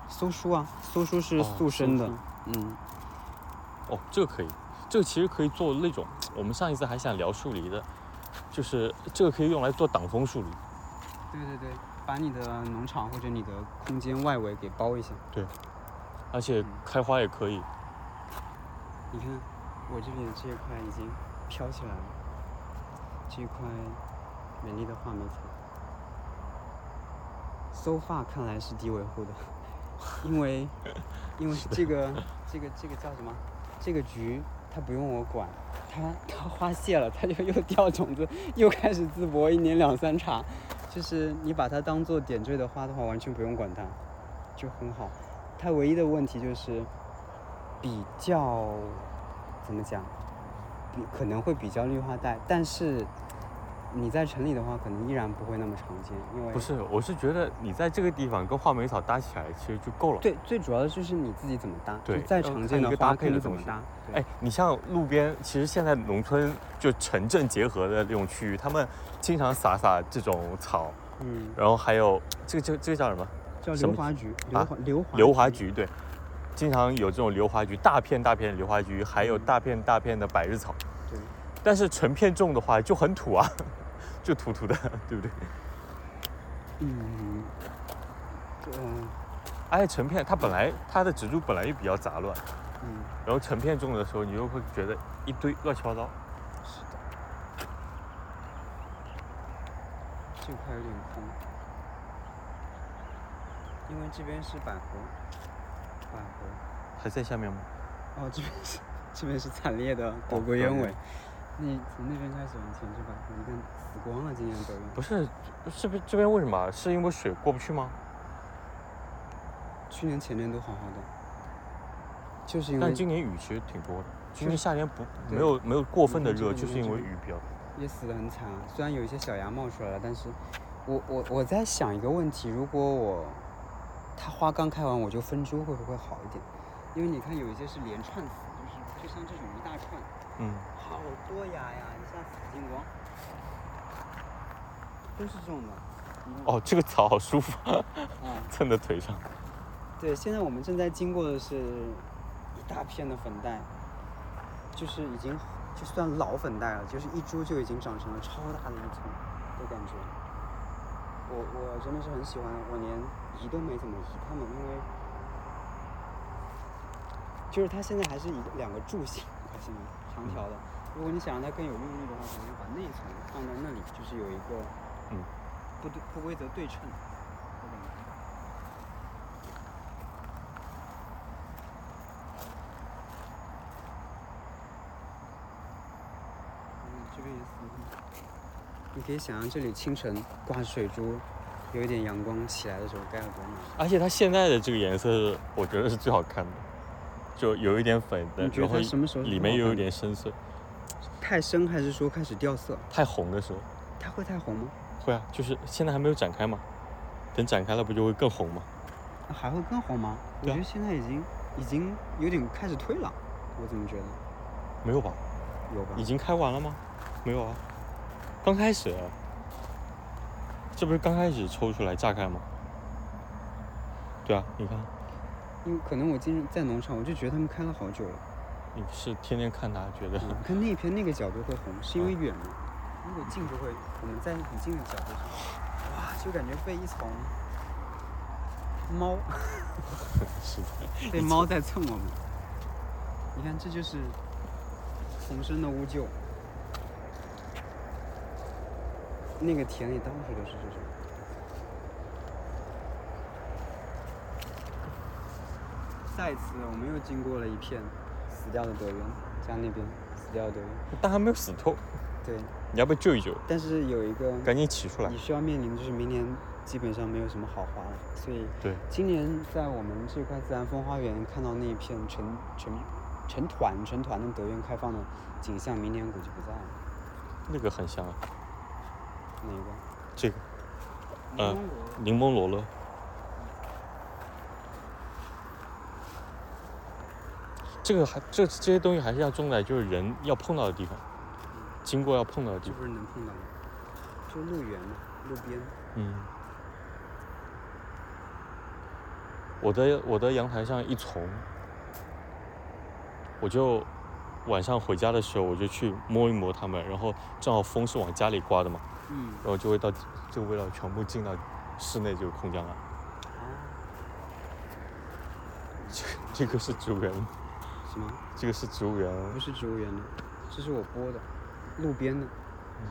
Speaker 1: 搜书啊，搜书是
Speaker 2: 哦
Speaker 1: 速生的，
Speaker 2: 搜书
Speaker 1: 嗯，
Speaker 2: 哦，这个可以，这个其实可以做那种，我们上一次还想聊树篱的，就是这个可以用来做挡风树篱。
Speaker 1: 对对对，把你的农场或者你的空间外围给包一下。
Speaker 2: 而
Speaker 1: 嗯
Speaker 2: 且开花也可以，
Speaker 1: 你看，我这边这一块已经飘起来了，这一块美丽的画眉草。搜发看来是低维护的，因为因为这个这个这个叫什么？这个菊它不用我管，它它花谢了，它就又掉种子，又开始淄博，一年两三茬。就是你把它当做点缀的花的话，完全不用管它，就很好。它唯一的问题就是比较怎么讲，比可能会比较绿化带，但是你在城里的话，可能依然不会那么常见，因为
Speaker 2: 不是，我是觉得你在这个地方跟画眉草搭起来其实就够了。，
Speaker 1: 对，最主要的就是你自己怎么搭，就
Speaker 2: 对
Speaker 1: 再
Speaker 2: 要
Speaker 1: 常
Speaker 2: 看
Speaker 1: 见
Speaker 2: 一
Speaker 1: 的
Speaker 2: 个
Speaker 1: 花
Speaker 2: 搭
Speaker 1: 看
Speaker 2: 配
Speaker 1: 你
Speaker 2: 的
Speaker 1: 怎么
Speaker 2: 东西
Speaker 1: 搭。对
Speaker 2: 哎，你像路边，其实现在农村就城镇结合的那种区域，他们经常撒撒这种草，
Speaker 1: 嗯，
Speaker 2: 然后还有这个这个这个叫什么
Speaker 1: 叫
Speaker 2: 什
Speaker 1: 刘
Speaker 2: 么
Speaker 1: 华菊，
Speaker 2: 啊
Speaker 1: 刘华刘华
Speaker 2: 榴花菊？对，经常有这种榴花菊，大片大片的榴花菊，还有大片大片的百日草。
Speaker 1: 嗯对，
Speaker 2: 但是成片种的话就很土啊， [LAUGHS] 就土土的， [LAUGHS] 对不对？
Speaker 1: 嗯，嗯
Speaker 2: 而且哎成片它本来它的植株本来就比较杂乱，
Speaker 1: 嗯，
Speaker 2: 然后成片种的时候，你就会觉得一堆乱七八糟。
Speaker 1: 这块有点空，因为这边是百合，百合。
Speaker 2: 还在下面吗？
Speaker 1: 哦，这边是这边是惨烈的躲过
Speaker 2: 哦
Speaker 1: 鸢
Speaker 2: 对
Speaker 1: 尾。你从那边开始往前去吧，你看死光了今年抖音。
Speaker 2: 不是，这边这边为什么？啊是因为水过不去吗？
Speaker 1: 去年前年都好好的，就是因为
Speaker 2: 但今年雨其实挺多的，今
Speaker 1: 是
Speaker 2: 年夏天不
Speaker 1: 对
Speaker 2: 没有没有过分的
Speaker 1: 你看这
Speaker 2: 热，
Speaker 1: 边
Speaker 2: 就是
Speaker 1: 你看
Speaker 2: 因为
Speaker 1: 这边
Speaker 2: 雨比较多。
Speaker 1: 也死得很惨啊。虽然有一些小芽冒出来了，但是我我我在想一个问题：如果我它花刚开完我就分株，会不会好一点？因为你看有一些是连串死，就是就像这种一大串，
Speaker 2: 嗯，
Speaker 1: 好多芽呀，一下死进光，都是这种的。你看
Speaker 2: 哦，这个草好舒服，
Speaker 1: 啊。
Speaker 2: 蹭在腿上。
Speaker 1: 对，现在我们正在经过的是一大片的粉黛，就是已经就算老粉黛了，就是一株就已经长成了超大的一丛的感觉。我我真的是很喜欢，我连移都没怎么移它们，因为就是它现在还是一个两个柱形，还是长条的。如果你想让它更有用力的话，可能要把那一层放到那里，就是有一个
Speaker 2: 嗯
Speaker 1: 不对不规则对称的感觉。嗯，这边也死了。你可以想象这里清晨挂着水珠，有一点阳光起来的时候该有多美。
Speaker 2: 而且它现在的这个颜色，我觉得是最好看的，就有一点粉的
Speaker 1: 你，觉得
Speaker 2: 然后
Speaker 1: 它什么时候是最
Speaker 2: 里面
Speaker 1: 好
Speaker 2: 又
Speaker 1: 看
Speaker 2: 有
Speaker 1: 的
Speaker 2: 点深邃。
Speaker 1: 太深还是说开始掉色？
Speaker 2: 太红的时候，
Speaker 1: 它会太红吗？
Speaker 2: 会啊，就是现在还没有展开嘛，等展开了不就会更红吗？
Speaker 1: 啊还会更红吗？我
Speaker 2: 对
Speaker 1: 觉
Speaker 2: 啊
Speaker 1: 得现在已经已经有点开始退了，我怎么觉得？
Speaker 2: 没有吧？
Speaker 1: 有吧
Speaker 2: 已？经开完了吗？没有啊，刚开始，啊这不是刚开始抽出来炸开吗？对啊，你看，
Speaker 1: 因为可能我今日在农场，我就觉得他们开了好久了。
Speaker 2: 你是天天看它，觉得
Speaker 1: 嗯你看那边那个角度会红，是因为
Speaker 2: 嗯
Speaker 1: 远吗？如果近就会，我们在很近的角度上，哇，就感觉被一丛猫，
Speaker 2: [LAUGHS] 是的， [LAUGHS]
Speaker 1: 被猫在蹭我们。你看，这就是丛生的乌桕。那个田里到处都是这种。再次，我们又经过了一片死掉的德源，加那边死掉的德源，
Speaker 2: [LAUGHS] 但还没有死透，
Speaker 1: 对。
Speaker 2: 你要不要救一救？
Speaker 1: 但是有一个
Speaker 2: 赶紧起出来
Speaker 1: 你！需要面临，就是明年基本上没有什么好花了。所以
Speaker 2: 对，
Speaker 1: 今年在我们这块自然风花园看到那一片成成成团成团的德院开放的景象，明年估计不在了。
Speaker 2: 那个很像啊，
Speaker 1: 哪个？
Speaker 2: 这个呃柠檬罗勒。这个还这这些东西还是要种在就是人要碰到的地方，经过要碰到的地
Speaker 1: 这
Speaker 2: 方。
Speaker 1: 不是能碰到吗？就路缘嘛，路边。
Speaker 2: 嗯，我的我的阳台上一丛，我就晚上回家的时候我就去摸一摸它们，然后正好风是往家里刮的嘛，
Speaker 1: 嗯。
Speaker 2: 然后就会到这个味道全部进到室内这个空间来。
Speaker 1: 啊？
Speaker 2: 这个是植物园，
Speaker 1: 什么？
Speaker 2: 这个是植物园，
Speaker 1: 不是植物园的，这是我播的，路边的。嗯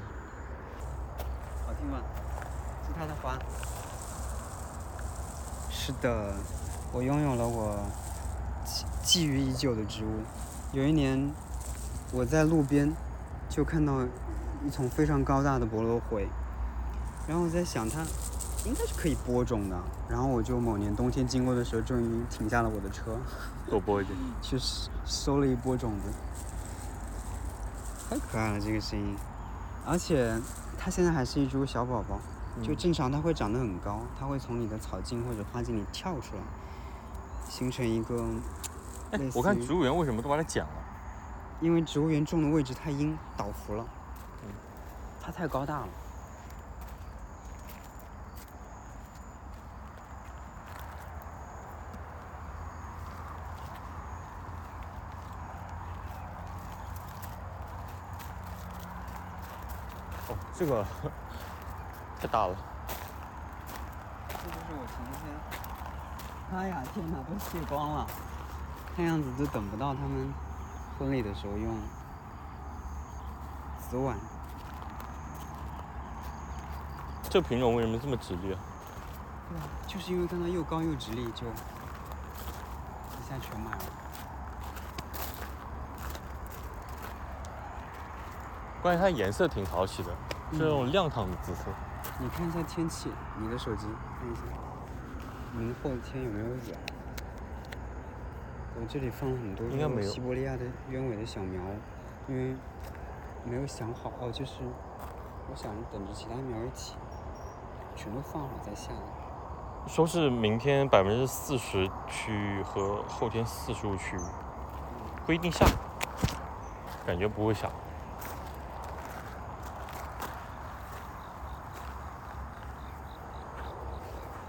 Speaker 1: 好听吗？是它的花。是的，我拥有了我觊觊觎已久的植物。有一年，我在路边就看到一丛非常高大的博罗晖，然后我在想它应该是可以播种的。然后我就某年冬天经过的时候，终于停下了我的车。
Speaker 2: 多播一点。
Speaker 1: 去收收了一波种子，太可爱了这个声音，而且它现在还是一株小宝宝，就正常它会长得很高，它会从你的草茎或者花茎里跳出来，形成一个
Speaker 2: 哎
Speaker 1: 类，似
Speaker 2: 我看
Speaker 1: 于
Speaker 2: 植物园为什么都把它剪了？
Speaker 1: 因为植物园种的位置太阴倒伏了，
Speaker 2: 嗯
Speaker 1: 它太高大了。
Speaker 2: 哦，这个 [LAUGHS] 太大了。
Speaker 1: 这就是我前天，哎呀天哪，都卸光了，看样子都等不到他们婚礼的时候用紫碗。
Speaker 2: 这品种为什么这么直立啊？
Speaker 1: 对啊，就是因为看它又高又直立，就一下全买了。
Speaker 2: 关键它颜色挺讨喜的，
Speaker 1: 嗯
Speaker 2: 是那种亮堂的紫色。
Speaker 1: 你看一下天气，你的手机看一下，明后天有没有雨啊？我这里放了很多
Speaker 2: 应该
Speaker 1: 这种
Speaker 2: 没有
Speaker 1: 西伯利亚的鸢尾的小苗，因为没有想好哦，就是我想着等着其他苗一起，全都放好再下来。
Speaker 2: 说是明天百分之四十区域和后天四十五区域，不一定下，感觉不会下。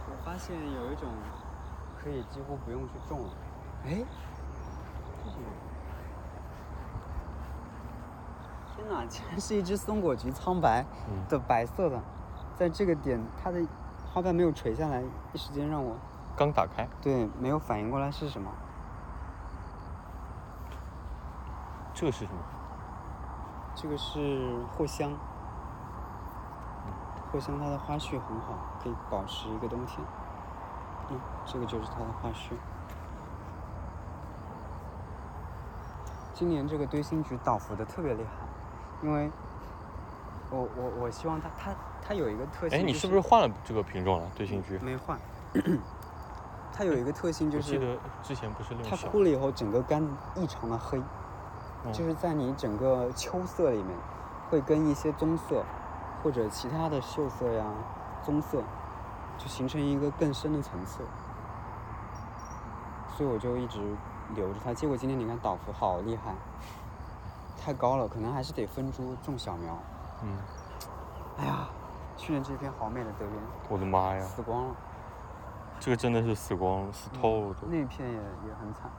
Speaker 1: 我发现有一种可以几乎不用去种了，哎，这是什么天哪，竟然是一只松果菊苍白。
Speaker 2: 嗯，
Speaker 1: 的白色的，在这个点它的花瓣没有垂下来，一时间让我
Speaker 2: 刚打开，
Speaker 1: 对没有反应过来是什么。
Speaker 2: 这个是什么？
Speaker 1: 这个是藿香，藿香它的花序很好，可以保持一个冬天。嗯，这个就是它的花序。今年这个堆心菊倒伏的特别厉害，因为我我我希望它它它有一个特性、就是，
Speaker 2: 哎，你是不是换了这个品种了？对性菊，
Speaker 1: 没换？ [COUGHS] 它有一个特性就
Speaker 2: 我记
Speaker 1: 是
Speaker 2: 得之前不是那
Speaker 1: 它
Speaker 2: 种小，
Speaker 1: 枯了以后，整个杆子异常的黑，
Speaker 2: 嗯
Speaker 1: 就是在你整个秋色里面，会跟一些棕色或者其他的锈色呀、棕色，就形成一个更深的层次。所以我就一直留着它，结果今天你看倒伏好厉害，太高了，可能还是得分株种小苗。
Speaker 2: 嗯，
Speaker 1: 哎呀，去年这片好美的德源
Speaker 2: 我的妈呀，
Speaker 1: 死光了，
Speaker 2: 这个真的是死光了，死透了都，
Speaker 1: 那片也也很惨，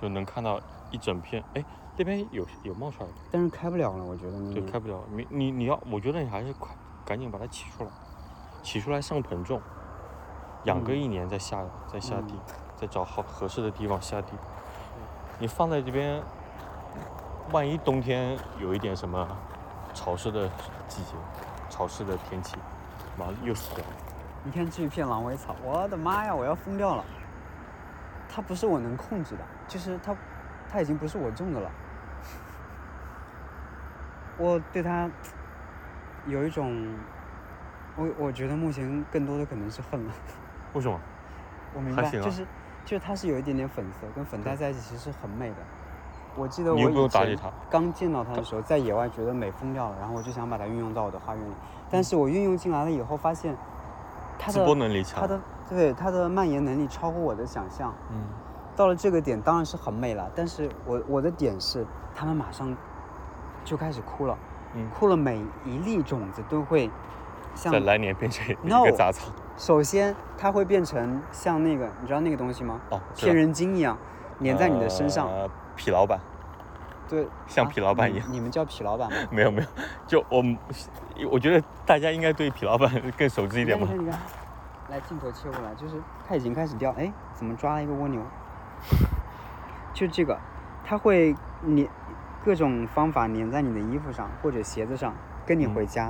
Speaker 2: 就能看到一整片。哎，那边有有冒出来的。
Speaker 1: 但是开不了了，我觉得明
Speaker 2: 对，
Speaker 1: 年
Speaker 2: 开不了。你你你要，我觉得你还是快赶紧把它起出来，起出来上盆种，养个
Speaker 1: 嗯
Speaker 2: 一年再下、再下
Speaker 1: 嗯
Speaker 2: 地，再找好合适的地方下地。你放在这边，万一冬天有一点什么潮湿的季节，潮湿的天气，马上又死掉了。
Speaker 1: 你看这一片狼尾草，我的妈呀，我要疯掉了！它不是我能控制的，就是它，它已经不是我种的了。 [LAUGHS] 我对它有一种我我觉得目前更多的可能是恨了。 [LAUGHS]
Speaker 2: 为什么？
Speaker 1: 我明
Speaker 2: 还
Speaker 1: 白，
Speaker 2: 行
Speaker 1: 就
Speaker 2: 啊
Speaker 1: 是就是它是有一点点粉色，跟粉黛在一起其实是很美的。我记得
Speaker 2: 你
Speaker 1: 我
Speaker 2: 又不
Speaker 1: 以
Speaker 2: 用打理
Speaker 1: 前
Speaker 2: 它
Speaker 1: 刚见到它的时候，在野外觉得美疯掉了，然后我就想把它运用到我的花园里，但是我运用进来了以后，发现它
Speaker 2: 直
Speaker 1: 的
Speaker 2: 播能力强。
Speaker 1: 它的对它的蔓延能力超乎我的想象。
Speaker 2: 嗯，
Speaker 1: 到了这个点当然是很美了，但是我我的点是，它们马上就开始哭了，
Speaker 2: 嗯
Speaker 1: 哭了每一粒种子都会像
Speaker 2: 在来年变成一
Speaker 1: No
Speaker 2: 个杂草。
Speaker 1: 首先，它会变成像那个，你知道那个东西吗？
Speaker 2: 哦，是
Speaker 1: 天人精一样，粘在你的身上。
Speaker 2: 呃痞老板
Speaker 1: 对，
Speaker 2: 像
Speaker 1: 啊
Speaker 2: 痞老板
Speaker 1: 你
Speaker 2: 一样。
Speaker 1: 你们叫痞老板吗？
Speaker 2: [LAUGHS] 没有没有，就我们，我觉得大家应该对痞老板更熟知
Speaker 1: 你
Speaker 2: 一点
Speaker 1: 看，
Speaker 2: 吧
Speaker 1: 你。看，你看，来镜头切过来，就是它已经开始掉，哎，怎么抓了一个蜗牛？ [LAUGHS] 就这个，它会粘各种方法粘在你的衣服上或者鞋子上，跟你
Speaker 2: 嗯
Speaker 1: 回家。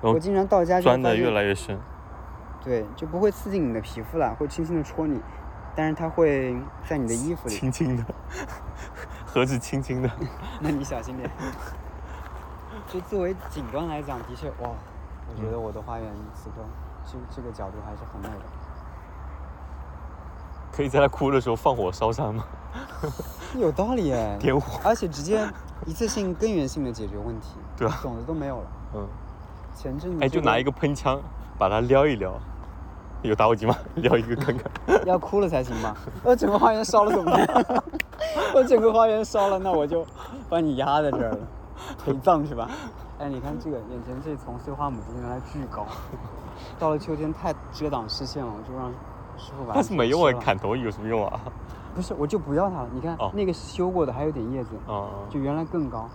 Speaker 2: 然后
Speaker 1: 我经常到家就
Speaker 2: 钻
Speaker 1: 发
Speaker 2: 的
Speaker 1: 现
Speaker 2: 越来越深。
Speaker 1: 对，就不会刺进你的皮肤了，会轻轻的戳你，但是它会在你的衣服里。
Speaker 2: 轻轻的，何止轻轻的，
Speaker 1: [LAUGHS] 那你小心点。 [LAUGHS] 就作为景观来讲，的确哇，我觉得我的花园此刻这这个角度还是很美的。
Speaker 2: 可以在他哭的时候放火烧山吗？
Speaker 1: 有道理哎，
Speaker 2: 点火，
Speaker 1: 而且直接一次性根源性的解决问题，
Speaker 2: 对啊
Speaker 1: 种子都没有了。
Speaker 2: 嗯，
Speaker 1: 前阵子
Speaker 2: 哎，就拿一个喷枪把它撩一撩，有打火机吗？ [LAUGHS] 撩一个看
Speaker 1: [LAUGHS]
Speaker 2: 看。
Speaker 1: 个要哭了才行吧？我整个花园烧了怎么
Speaker 2: [LAUGHS]
Speaker 1: 办？我整个花园烧了，那我就把你压在这儿了，陪葬去吧。哎，你看这个，眼前这丛碎花母金原来巨高，到了秋天太遮挡视线了，我就让师傅把它
Speaker 2: 但是没用
Speaker 1: 吃
Speaker 2: 啊，
Speaker 1: 了
Speaker 2: 砍头有什么用啊？
Speaker 1: 不是，我就不要它了。你看、
Speaker 2: 哦
Speaker 1: 那个是修过的，还有点叶子，
Speaker 2: 啊、
Speaker 1: 就原来更高，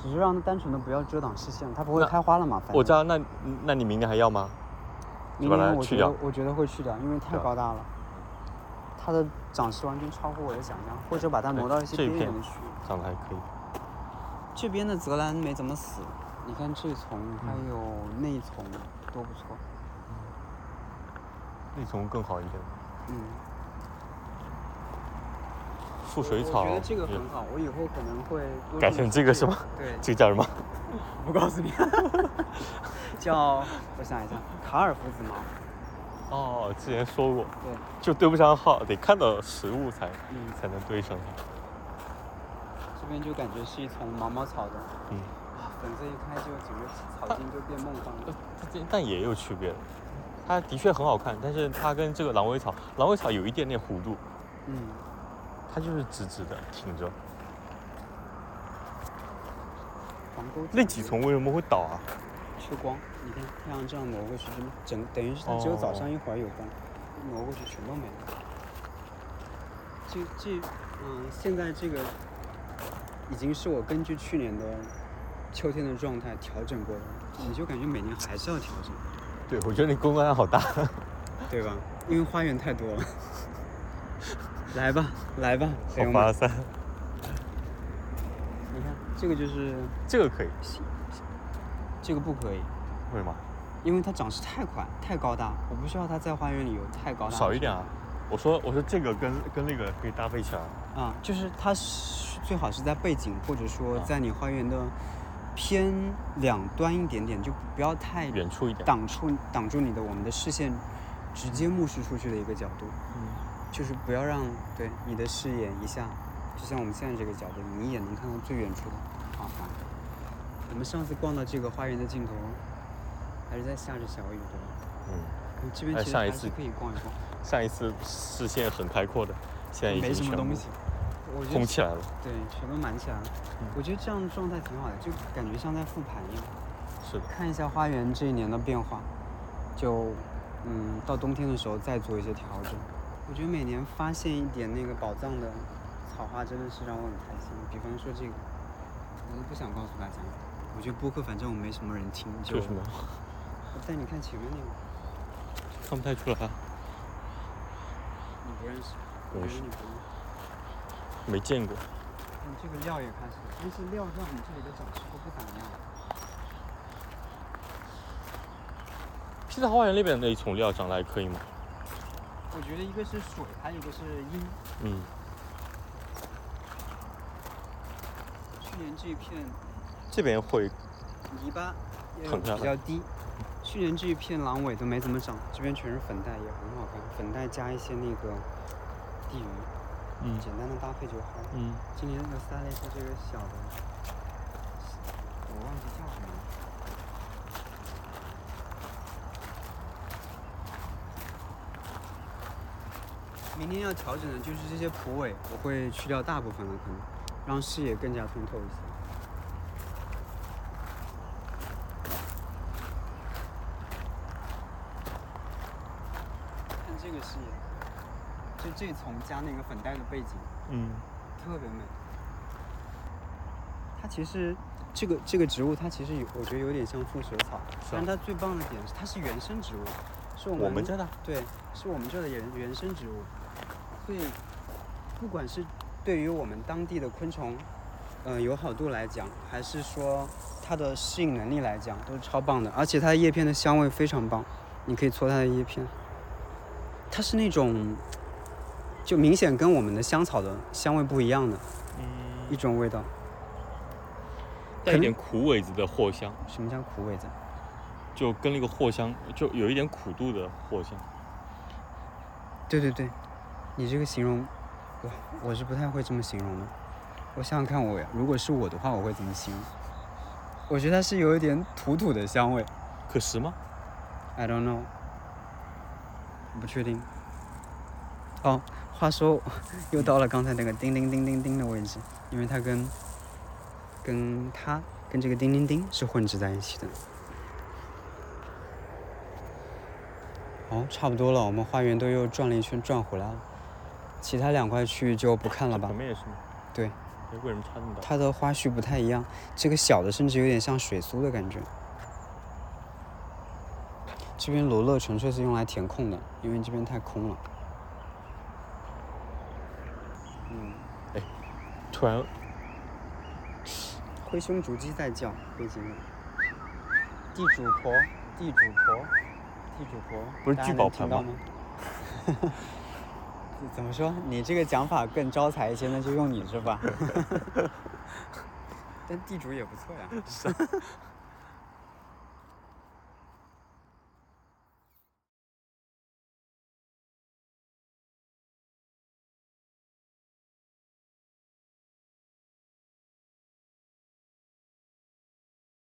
Speaker 1: 只是让它单纯的不要遮挡视线，它不会
Speaker 2: 那
Speaker 1: 开花了嘛。反
Speaker 2: 哦我知
Speaker 1: 正
Speaker 2: 道，那那你明年还要吗？
Speaker 1: 明
Speaker 2: 就把它
Speaker 1: 年我觉
Speaker 2: 去掉
Speaker 1: 得我觉得会去掉，因为太
Speaker 2: 对啊
Speaker 1: 高大了，它的长势完全超乎我的想象，或者把它挪到一些
Speaker 2: 哎这一
Speaker 1: 边缘
Speaker 2: 片
Speaker 1: 的区域。
Speaker 2: 长得还可以，
Speaker 1: 这边的泽兰没怎么死，你看这丛还
Speaker 2: 嗯
Speaker 1: 有那丛都不错，
Speaker 2: 那丛更好一点。
Speaker 1: 嗯。
Speaker 2: 覆
Speaker 1: 我
Speaker 2: 水
Speaker 1: 我
Speaker 2: 草
Speaker 1: 觉
Speaker 2: 也，
Speaker 1: 得这个很好，我以后可能会多
Speaker 2: 改
Speaker 1: 种
Speaker 2: 成这个是吗？
Speaker 1: 对，
Speaker 2: 这个叫什么？ [LAUGHS]
Speaker 1: 我告诉你， [LAUGHS] 叫我想一下，卡尔夫子毛。
Speaker 2: 哦，之前说过，
Speaker 1: 对，
Speaker 2: 就对不上号，得看到实物才
Speaker 1: 嗯，
Speaker 2: 才能对上它。
Speaker 1: 这边就感觉是一丛毛毛草的，
Speaker 2: 嗯，
Speaker 1: 哇，粉色一开就整个草茎就变梦幻了。
Speaker 2: 这但也有区别的，它的确很好看，但是它跟这个狼尾草，狼尾草有一点点弧度，
Speaker 1: 嗯，
Speaker 2: 它就是直直的挺着。
Speaker 1: 黄沟
Speaker 2: 那几丛为什么会倒啊？
Speaker 1: 吃光，你看太阳这样挪过去，就整等于是它只有早上一会儿有光，挪过去全都没了。这这，嗯，现在这个已经是我根据去年的秋天的状态调整过的，你就感觉每年还是要调整。
Speaker 2: 对，我觉得你工作量好大。
Speaker 1: 对吧？因为花园太多了。 [LAUGHS] 来吧，来吧，朋友
Speaker 2: 好
Speaker 1: 们
Speaker 2: 吧，，三，
Speaker 1: 你看这个就是
Speaker 2: 这个可以，
Speaker 1: 这个不可以，
Speaker 2: [LAUGHS] 为什么？
Speaker 1: 因为它长势太快，太高大，我不需要它在花园里有太高大的
Speaker 2: 少一点啊。我说我说这个跟跟那个可以搭配起来。
Speaker 1: 啊，就是它是最好是在背景或者说
Speaker 2: 啊
Speaker 1: 在你花园的偏两端一点点，就不要太
Speaker 2: 远处一点。
Speaker 1: 挡住挡住你的我们的视线，直接目视出去的一个角度。
Speaker 2: 嗯，
Speaker 1: 就是不要让对你的视野一下，就像我们现在这个角度，你也能看到最远处的花环。我们上次逛到这个花园的尽头，还是在下着小雨，对吧？
Speaker 2: 嗯，
Speaker 1: 嗯这边
Speaker 2: 哎
Speaker 1: 其实
Speaker 2: 上一
Speaker 1: 还
Speaker 2: 次
Speaker 1: 是可以逛一逛，
Speaker 2: 上一次视线很开阔的，现在已经
Speaker 1: 没什么
Speaker 2: 全部
Speaker 1: 东西。我觉
Speaker 2: 封
Speaker 1: 得
Speaker 2: 起来了。
Speaker 1: 对，全都满起来了。
Speaker 2: 嗯
Speaker 1: 我觉得这样的状态挺好的，就感觉像在复盘一样，
Speaker 2: 是的，
Speaker 1: 看一下花园这一年的变化，就嗯，到冬天的时候再做一些调整。我觉得每年发现一点那个宝藏的草花，真的是让我很开心。比方说这个，我都不想告诉大家。我觉得播客反正我没什么人听，就
Speaker 2: 这是什么？
Speaker 1: 我带你看前面那个，
Speaker 2: 看不太出来啊，
Speaker 1: 你不认识，我
Speaker 2: 不认
Speaker 1: 觉
Speaker 2: 识
Speaker 1: 得你不认识。
Speaker 2: 没见过。
Speaker 1: 但这个料也开始，但是料在我们这里的长势都不咋样。
Speaker 2: 披萨花园那边那一丛料长得还可以吗？
Speaker 1: 我觉得一个是水，还有一个是阴。
Speaker 2: 嗯，
Speaker 1: 去年这一片
Speaker 2: 这边会
Speaker 1: 泥巴也
Speaker 2: 很漂
Speaker 1: 比
Speaker 2: 亮
Speaker 1: 较低，去巨人这一片狼尾都没怎么长，这边全是粉黛，也很好看。粉黛加一些那个地鱼，
Speaker 2: 嗯
Speaker 1: 简单的搭配就好了。
Speaker 2: 嗯，
Speaker 1: 今年又塞了一个这个小的，我忘记叫什么了。明天要调整的就是这些蒲苇，我会去掉大部分了，可能让视野更加通透一些。看这个视野，就这丛加那个粉黛的背景。
Speaker 2: 嗯，
Speaker 1: 特别美。它其实这个这个植物，它其实有，我觉得有点像覆水草，
Speaker 2: 是
Speaker 1: 但
Speaker 2: 啊，
Speaker 1: 它最棒的点是它是原生植物，是我们
Speaker 2: 我们这的，
Speaker 1: 对，是我们这儿的原原生植物，会不管是对于我们当地的昆虫，呃友好度来讲，还是说它的适应能力来讲，都是超棒的。而且它的叶片的香味非常棒，你可以搓它的叶片，它是那种就明显跟我们的香草的香味不一样的
Speaker 2: 嗯，
Speaker 1: 一种味道。
Speaker 2: 带一点苦味子的藿香，
Speaker 1: 什么叫苦味子？
Speaker 2: 就跟那个藿香，就有一点苦度的藿香，
Speaker 1: 对对对，你这个形容，我我是不太会这么形容的。我想想看我，如果是我的话，我会怎么形容？我觉得它是有一点土土的香味
Speaker 2: 可食吗？
Speaker 1: ，I don't know，不确定。哦，话说又到了刚才那个叮叮叮叮叮的位置，因为它跟跟它跟这个叮叮叮是混制在一起的。好，哦差不多了，我们花园都又转了一圈，转回来了。其他两块区域就不看了吧
Speaker 2: 旁。边也是吗？
Speaker 1: 对
Speaker 2: 哎，为什么差那么大？
Speaker 1: 它的花序不太一样，这个小的甚至有点像水苏的感觉。这边罗勒纯粹是用来填空的，因为这边太空了。嗯，
Speaker 2: 突然，
Speaker 1: 灰胸竹鸡在叫，背景里。地主婆，地主婆，地主婆，
Speaker 2: 不是
Speaker 1: 大家
Speaker 2: 聚
Speaker 1: 能
Speaker 2: 宝
Speaker 1: 听
Speaker 2: 盆
Speaker 1: 到
Speaker 2: 吗
Speaker 1: 吗？ [LAUGHS] 怎么说？你这个讲法更招财一些， [LAUGHS]
Speaker 2: [LAUGHS]
Speaker 1: 那就用你这吧。但地主也不错呀。